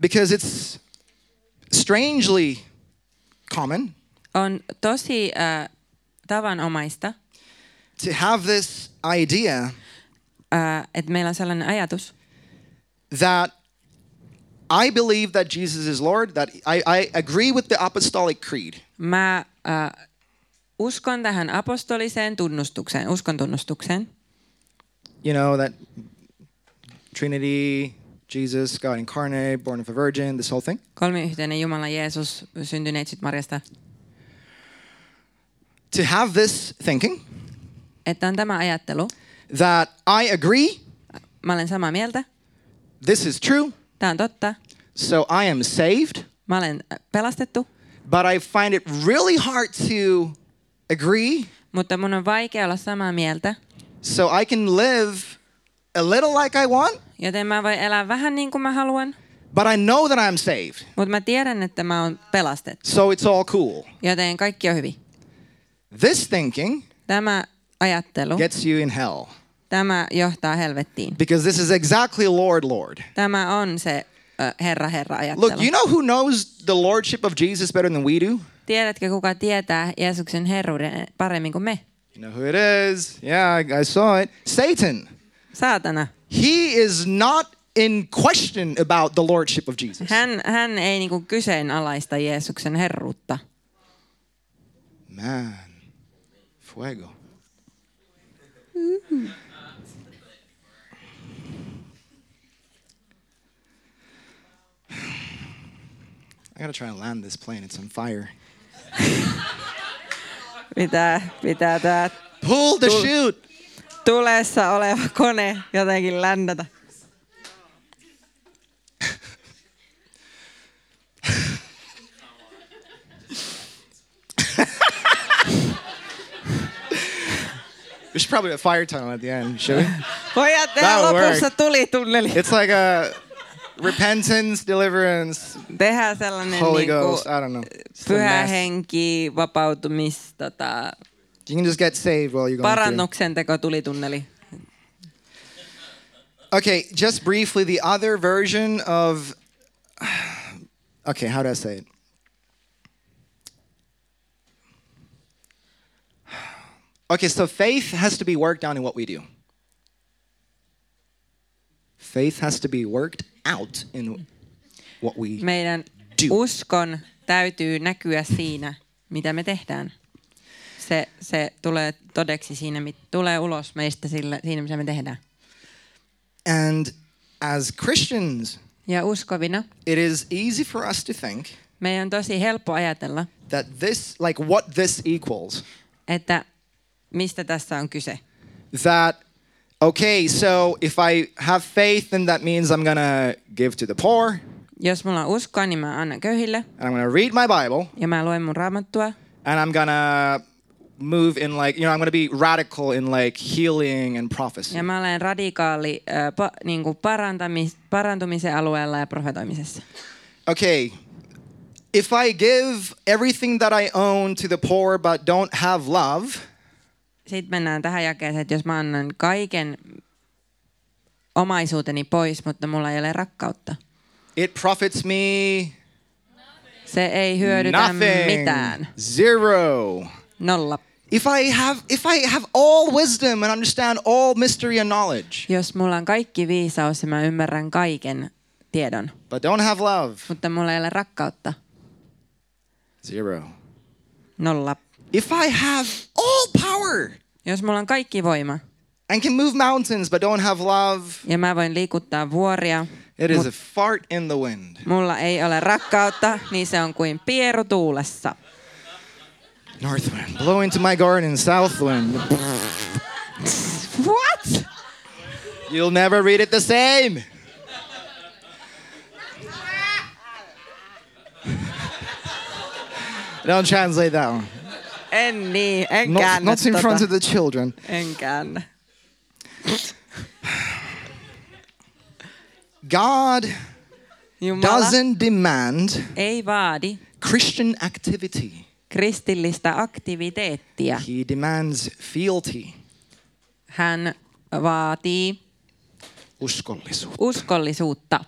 S3: Because it's strangely common
S2: On tosi äh, tavanomaista,
S3: to have this idea
S2: äh, että meillä on sellainen ajatus,
S3: that I believe that Jesus is Lord, that I, I agree with the apostolic creed.
S2: Mä äh, uskon tähän apostoliseen tunnustukseen, uskon tunnustukseen.
S3: You know, that Trinity, Jesus, God incarnate, born of a virgin, this whole thing.
S2: Kolmiyhteinen Jumala Jeesus, syntyneitsyt Marjasta.
S3: To have this thinking
S2: Että on tämä ajattelu.
S3: that I agree,
S2: Mä olen samaa mieltä.
S3: this is true,
S2: Tämä on totta.
S3: so I am saved,
S2: Mä olen äh, pelastettu.
S3: but I find it really hard to agree,
S2: Mutta mun on vaikea olla samaa mieltä.
S3: so I can live a little like I want,
S2: Joten mä voin elää vähän niin kuin mä haluan.
S3: but I know that I'm saved,
S2: Mutta mä tiedän, että mä oon pelastettu.
S3: so it's all cool.
S2: Joten kaikki on hyvin.
S3: This thinking
S2: Tämä ajattelu,
S3: gets you in hell.
S2: tämä johtaa helvettiin.
S3: because this is exactly Lord, Lord.
S2: Tämä on se äh, herra herra ajattelu.
S3: Look, you know who knows the lordship of Jesus better than we do?
S2: Tiedätkö, kuka tietää Jeesuksen herruuden paremmin kuin me?
S3: You know who it is. Yeah, I, I saw it. Satan.
S2: Saatana.
S3: He is not in question about the lordship of Jesus.
S2: Hän, hän ei niinku kyseenalaista Jeesuksen herruutta.
S3: Man, fuego. I gotta try and land this plane. It's on fire.
S2: Pitää, pitää tää
S3: Pull the chute.
S2: tulessa oleva kone jotenkin ländätä.
S3: We should probably have a fire tunnel at the end, should we?
S2: Pojat, tehdään
S3: That would
S2: lopussa tuli tunneli.
S3: It's like a repentance, deliverance,
S2: Tehdään sellainen
S3: Holy
S2: niinku
S3: Ghost. I don't know. It's a
S2: pyhä
S3: mess.
S2: henki, vapautumis, tota,
S3: You can just get saved while you're going through.
S2: parannuksen teko tulitunneli.
S3: Okay, just briefly, the other version of. Okay, how do I say it? Okay, so faith has to be worked out in what we do. Faith has to be worked out in what we
S2: Meidän
S3: Do.
S2: uskon täytyy näkyä siinä, mitä me tehdään. Se, se tulee todeksi siinä, mit, tulee ulos meistä sillä, siinä, mitä me tehdään.
S3: And as Christians,
S2: Ja uskovina
S3: it is easy for us to think
S2: meidän on tosi helppo ajatella,
S3: that this, like what this equals,
S2: että mistä tässä on kyse.
S3: that, okay, so if I have faith, then that means I'm going to give to the poor
S2: Jos mulla on uskoa, niin mä annan köyhille
S3: and I'm going to read my Bible
S2: ja mä luen mun raamattua.
S3: and I'm going to move in like, you know, I'm going to be radical in like healing and prophecy.
S2: Ja mä olen radikaali äh, pa, niin kuin parantamis, parantumisen alueella ja profetoimisessa.
S3: Okay. If I give everything that I own to the poor but don't have love,
S2: Sitten mennään tähän jakeeseen, että jos mä annan kaiken omaisuuteni pois, mutta mulla ei ole rakkautta.
S3: it profits me
S2: Se ei hyödytä
S3: nothing.
S2: mitään.
S3: Zero.
S2: Nolla.
S3: If I have if I have all wisdom and understand all mystery and knowledge,
S2: Jos mulla on kaikki viisaus ja mä ymmärrän kaiken tiedon,
S3: but don't have love,
S2: mutta mulla ei ole rakkautta,
S3: zero.
S2: nolla.
S3: If I have all power
S2: Jos mulla on kaikki voima
S3: and can move mountains but don't have love,
S2: ja mä voin liikuttaa vuoria
S3: It is a fart in the wind.
S2: Mulla ei ole rakkautta, niin se on kuin pieru tuulessa.
S3: North wind. Blow into my garden, south wind.
S2: What?
S3: You'll never read it the same. Don't translate that one.
S2: En niin, en
S3: Not,
S2: käännä
S3: not in
S2: tota.
S3: front of the children.
S2: En käännä.
S3: God
S2: Jumala
S3: doesn't demand
S2: ei vaadi
S3: Christian activity.
S2: kristillistä aktiviteettia.
S3: He demands fealty,
S2: Hän vaatii
S3: uskollisuus.
S2: uskollisuutta.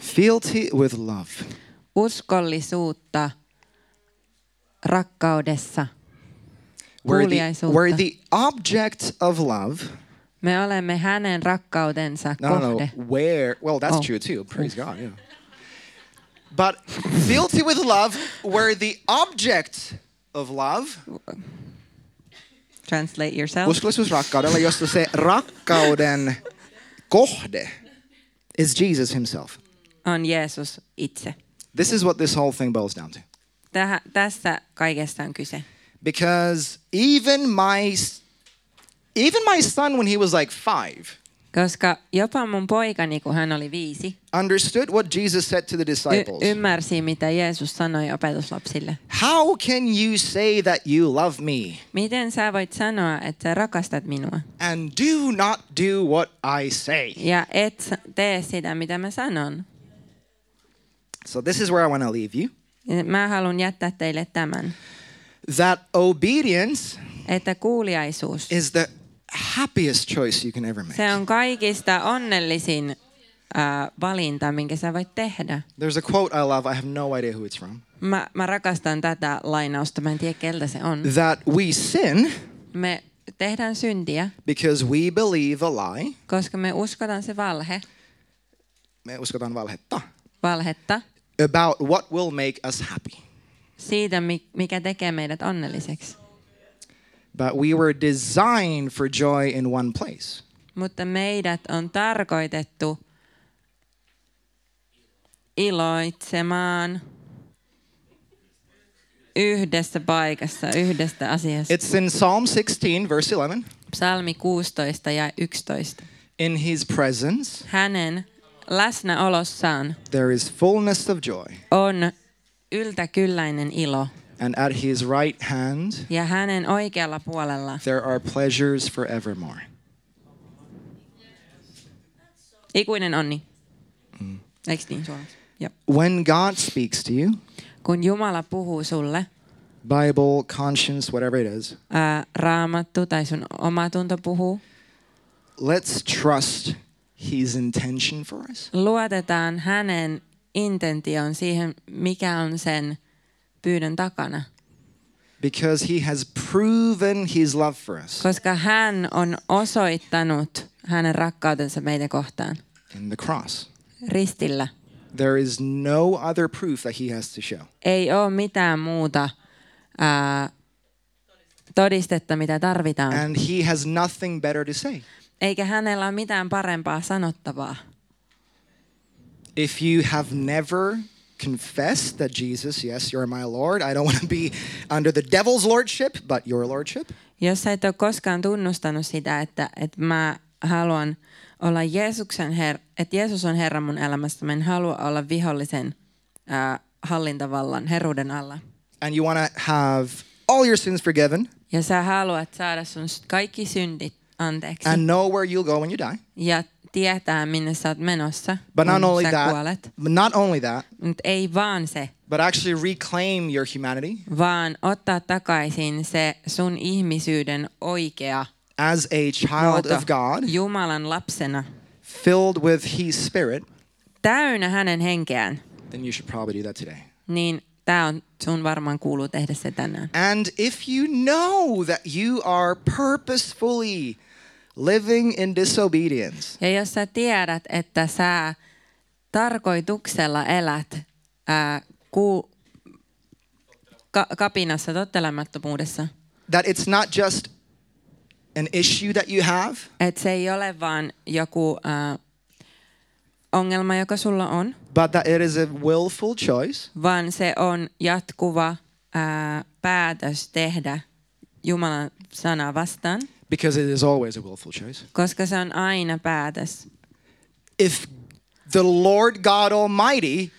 S3: Fealty with love.
S2: Uskollisuutta rakkaudessa.
S3: We're the,
S2: Kuuliaisuutta.
S3: we're the object of love.
S2: Me olemme hänen rakkautensa
S3: No, no, no.
S2: kohde.
S3: Where? Well, that's
S2: Oh.
S3: true too. Praise God. Yeah. But fealty with love, we're the object of love.
S2: Translate yourself.
S3: Uskollisuusrakkaudella, josta se rakkauden kohde is Jesus himself.
S2: On Jeesus itse.
S3: This is what this whole thing boils down to.
S2: Tähä, tässä kaikesta on kyse.
S3: Because even my even my son when he was like 5
S2: Koska jopa mun poikani, kun hän oli viisi,
S3: understood what Jesus said to the disciples.
S2: y- ymmärsi, mitä Jeesus sanoi opetuslapsille.
S3: How can you say that you love me
S2: Miten sä voit sanoa, että sä rakastat minua?
S3: and do not do what I say?
S2: Ja et s- tee sitä, mitä mä sanon.
S3: So this is where I want to leave you.
S2: Ja Mä haluan jättää teille tämän,
S3: That obedience
S2: että kuuliaisuus,
S3: is the happiest choice you can ever make.
S2: se on kaikista onnellisin äh, valinta, minkä sä voit tehdä.
S3: There's a quote I love. I have no idea who it's from.
S2: Mä, mä rakastan tätä lainausta, mä en tiedä keltä se on.
S3: That we sin
S2: Me tehdään syntiä,
S3: because we believe a lie.
S2: koska me uskotaan se valhe,
S3: Me uskotaan valhetta.
S2: valhetta
S3: About what will make us happy.
S2: siitä, mi- mikä tekee meidät onnelliseksi.
S3: But we were designed for joy in one place.
S2: Mutta meidät on tarkoitettu iloitsemaan yhdessä paikassa, yhdestä asiasta.
S3: It's in Psalm 16, verse 11.
S2: Psalmi 16 ja 11.
S3: In his presence,
S2: Hänen läsnäolossaan
S3: there is fullness of joy,
S2: on yltäkylläinen ilo
S3: and at his right hand,
S2: ja hänen oikealla puolella
S3: there are pleasures forevermore.
S2: ikuinen onni. Eikö niin suomeksi? Joo.
S3: When God speaks to you,
S2: Kun Jumala puhuu sulle,
S3: Bible, conscience, whatever it is,
S2: ää, raamattu tai sun oma tunto puhuu,
S3: let's trust his intention for us.
S2: luotetaan hänen intentioon siihen, mikä on sen pyydön takana.
S3: because he has proven his love for us
S2: Koska hän on osoittanut hänen rakkautensa meitä kohtaan
S3: in the cross.
S2: ristillä.
S3: There is no other proof that he has to show.
S2: Ei ole mitään muuta ää, todistetta, mitä tarvitaan.
S3: And he has nothing better to say.
S2: Eikä hänellä ole mitään parempaa sanottavaa.
S3: If you have never confessed that Jesus, yes, you're my Lord, I don't want to be under the devil's lordship, but your lordship,
S2: Jos sä et ole koskaan tunnustanut sitä, että, että mä haluan olla Jeesuksen her- että Jeesus on Herra mun elämässä, mä en halua olla vihollisen ää, hallintavallan, heruuden alla.
S3: and you want to have all your sins forgiven
S2: Ja sä haluat saada sun s- kaikki syndit anteeksi
S3: and know where you'll go when you die.
S2: ja tietää, minne sä oot menossa,
S3: But not
S2: kun
S3: only
S2: sä
S3: that,
S2: kuolet.
S3: but not only that,
S2: Mut ei vaan se,
S3: but actually reclaim your humanity
S2: vaan ottaa takaisin se sun ihmisyyden oikea
S3: as a child
S2: muoto
S3: of God,
S2: Jumalan lapsena,
S3: filled with his spirit.
S2: täynnä hänen henkeään.
S3: then you should probably do that today.
S2: niin tämä on, sun varmaan kuuluu tehdä se tänään.
S3: And if you know that you are purposefully living in disobedience,
S2: Ja jos sä tiedät, että sä tarkoituksella elät ää, ku, ka, kapinassa tottelemattomuudessa,
S3: that it's not just an issue that you have,
S2: että se ei ole vaan joku ää, ongelma, joka sulla on,
S3: but that it is a willful choice
S2: vaan se on jatkuva ää, päätös tehdä Jumalan sanaa vastaan,
S3: because it is always a willful choice.
S2: koska se on aina päätös.
S3: If the Lord God Almighty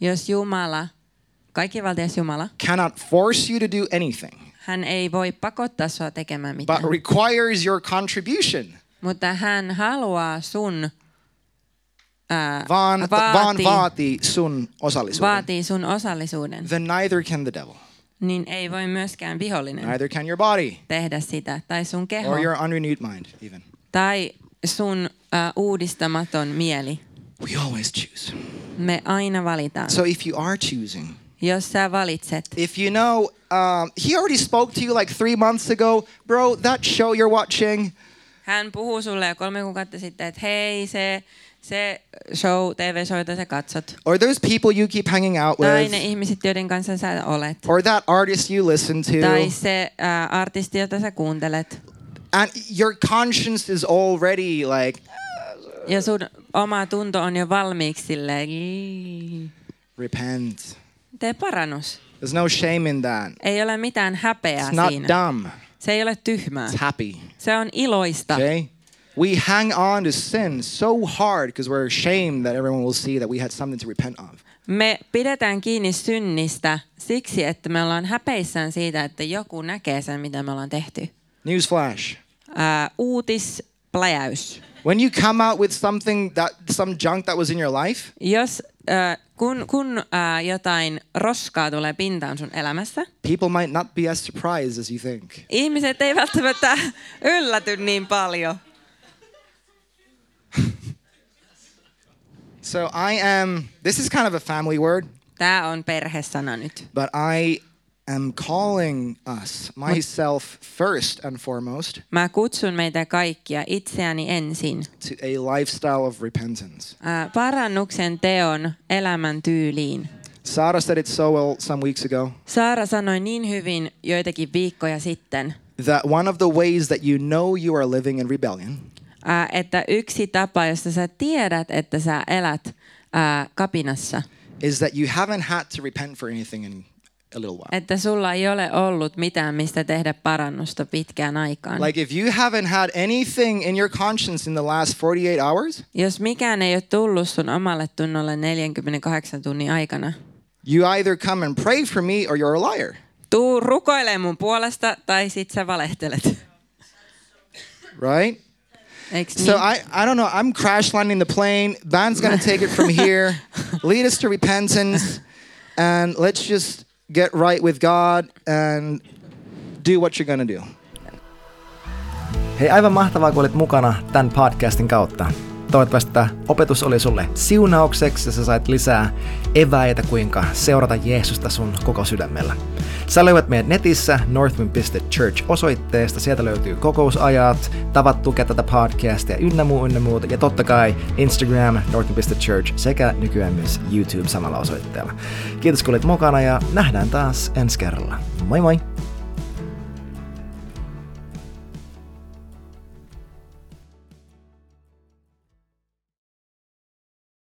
S2: Jos Jumala, kaikkivaltias Jumala,
S3: cannot force you to do anything,
S2: hän ei voi pakottaa sua tekemään mitään,
S3: but requires your contribution,
S2: mutta hän haluaa sun,
S3: Uh, vaan, vaan
S2: Vaatii.
S3: vaatii sun osallisuuden,
S2: vaatii sun osallisuuden,
S3: then neither can the devil,
S2: niin ei voi myöskään vihollinen
S3: neither can your body,
S2: tehdä sitä, tai sun keho,
S3: or your unrenewed mind, even.
S2: tai sun ä, uudistamaton mieli.
S3: We always choose.
S2: Me aina valitaan.
S3: So if you are choosing,
S2: Jos sä valitset,
S3: if you know, um, he already spoke to you like three months ago, bro, that show you're watching,
S2: hän puhuu sulle jo kolme kuukautta sitten, että hei se, se show, TV-show, jota sä katsot,
S3: or those people you keep hanging out
S2: tai ne
S3: with,
S2: ihmiset, joiden kanssa sä olet,
S3: or that artist you listen
S2: tai
S3: to,
S2: se ä, artisti, jota sä kuuntelet,
S3: and your conscience is already like,
S2: ja sun oma tunto on jo valmiiksi silleen, "Ii,
S3: repent.
S2: tee parannus.
S3: There's no shame in that.
S2: Ei ole mitään häpeää
S3: It's not
S2: siinä.
S3: dumb.
S2: Se ei ole tyhmää.
S3: It's happy.
S2: Se on iloista.
S3: Okay? We hang on to sin so hard because we're ashamed that everyone will see that we had something to repent of.
S2: Me pidetään kiinni synnistä siksi, että me ollaan häpeissään siitä, että joku näkee sen, mitä me ollaan tehty.
S3: Newsflash.
S2: Ää, uutispläjäys.
S3: When you come out with something that some junk that was in your life,
S2: Jos, ää, kun kun ää, jotain roskaa tulee pintaan sun elämässä,
S3: people might not be as surprised as you think.
S2: ihmiset ei välttämättä ylläty niin paljon.
S3: So I am this is kind of a family word,
S2: Tämä on perhesana nyt.
S3: but I am calling us myself first and foremost
S2: Mä kutsun meitä kaikkia itseäni ensin
S3: to a lifestyle of repentance.
S2: ää, parannuksen teon elämän tyyliin.
S3: Sarah said it so well some weeks ago
S2: Saara sanoi niin hyvin joitakin viikkoja sitten,
S3: that one of the ways that you know you are living in rebellion
S2: ää, että yksi tapa, josta sä tiedät, että sä elät ää, kapinassa,
S3: is that you haven't had to repent for anything in a little while.
S2: että sulla ei ole ollut mitään, mistä tehdä parannusta pitkään aikaan. Like,
S3: Like if you haven't had anything in your conscience in the last 48 hours,
S2: Jos mikään ei ole tullut sun omalle tunnolle 48 tunnin aikana,
S3: you either come and pray for me or you're a liar.
S2: tuu rukoilee mun puolesta tai sit sä valehtelet.
S3: Right?
S2: Eiks niin?
S3: So I, I don't know. I'm crash landing the plane. Van's gonna take it from here, lead us to repentance, and let's just get right with God and do what you're gonna do.
S1: Hei, aivan mahtavaa, kun olit mukana tämän podcastin kautta. Toivottavasti tämä opetus oli sulle siunaukseksi ja sä sait lisää eväitä, kuinka seurata Jeesusta sun koko sydämellä. Sä löydät meidät netissä northwind.church osoitteesta. Sieltä löytyy kokousajat, tavat tukea tätä podcastia ynnä muu, ynnä muuta. Ja totta kai Instagram, northwind.church sekä nykyään myös YouTube samalla osoitteella. Kiitos kun olit mukana ja nähdään taas ensi kerralla. Moi moi!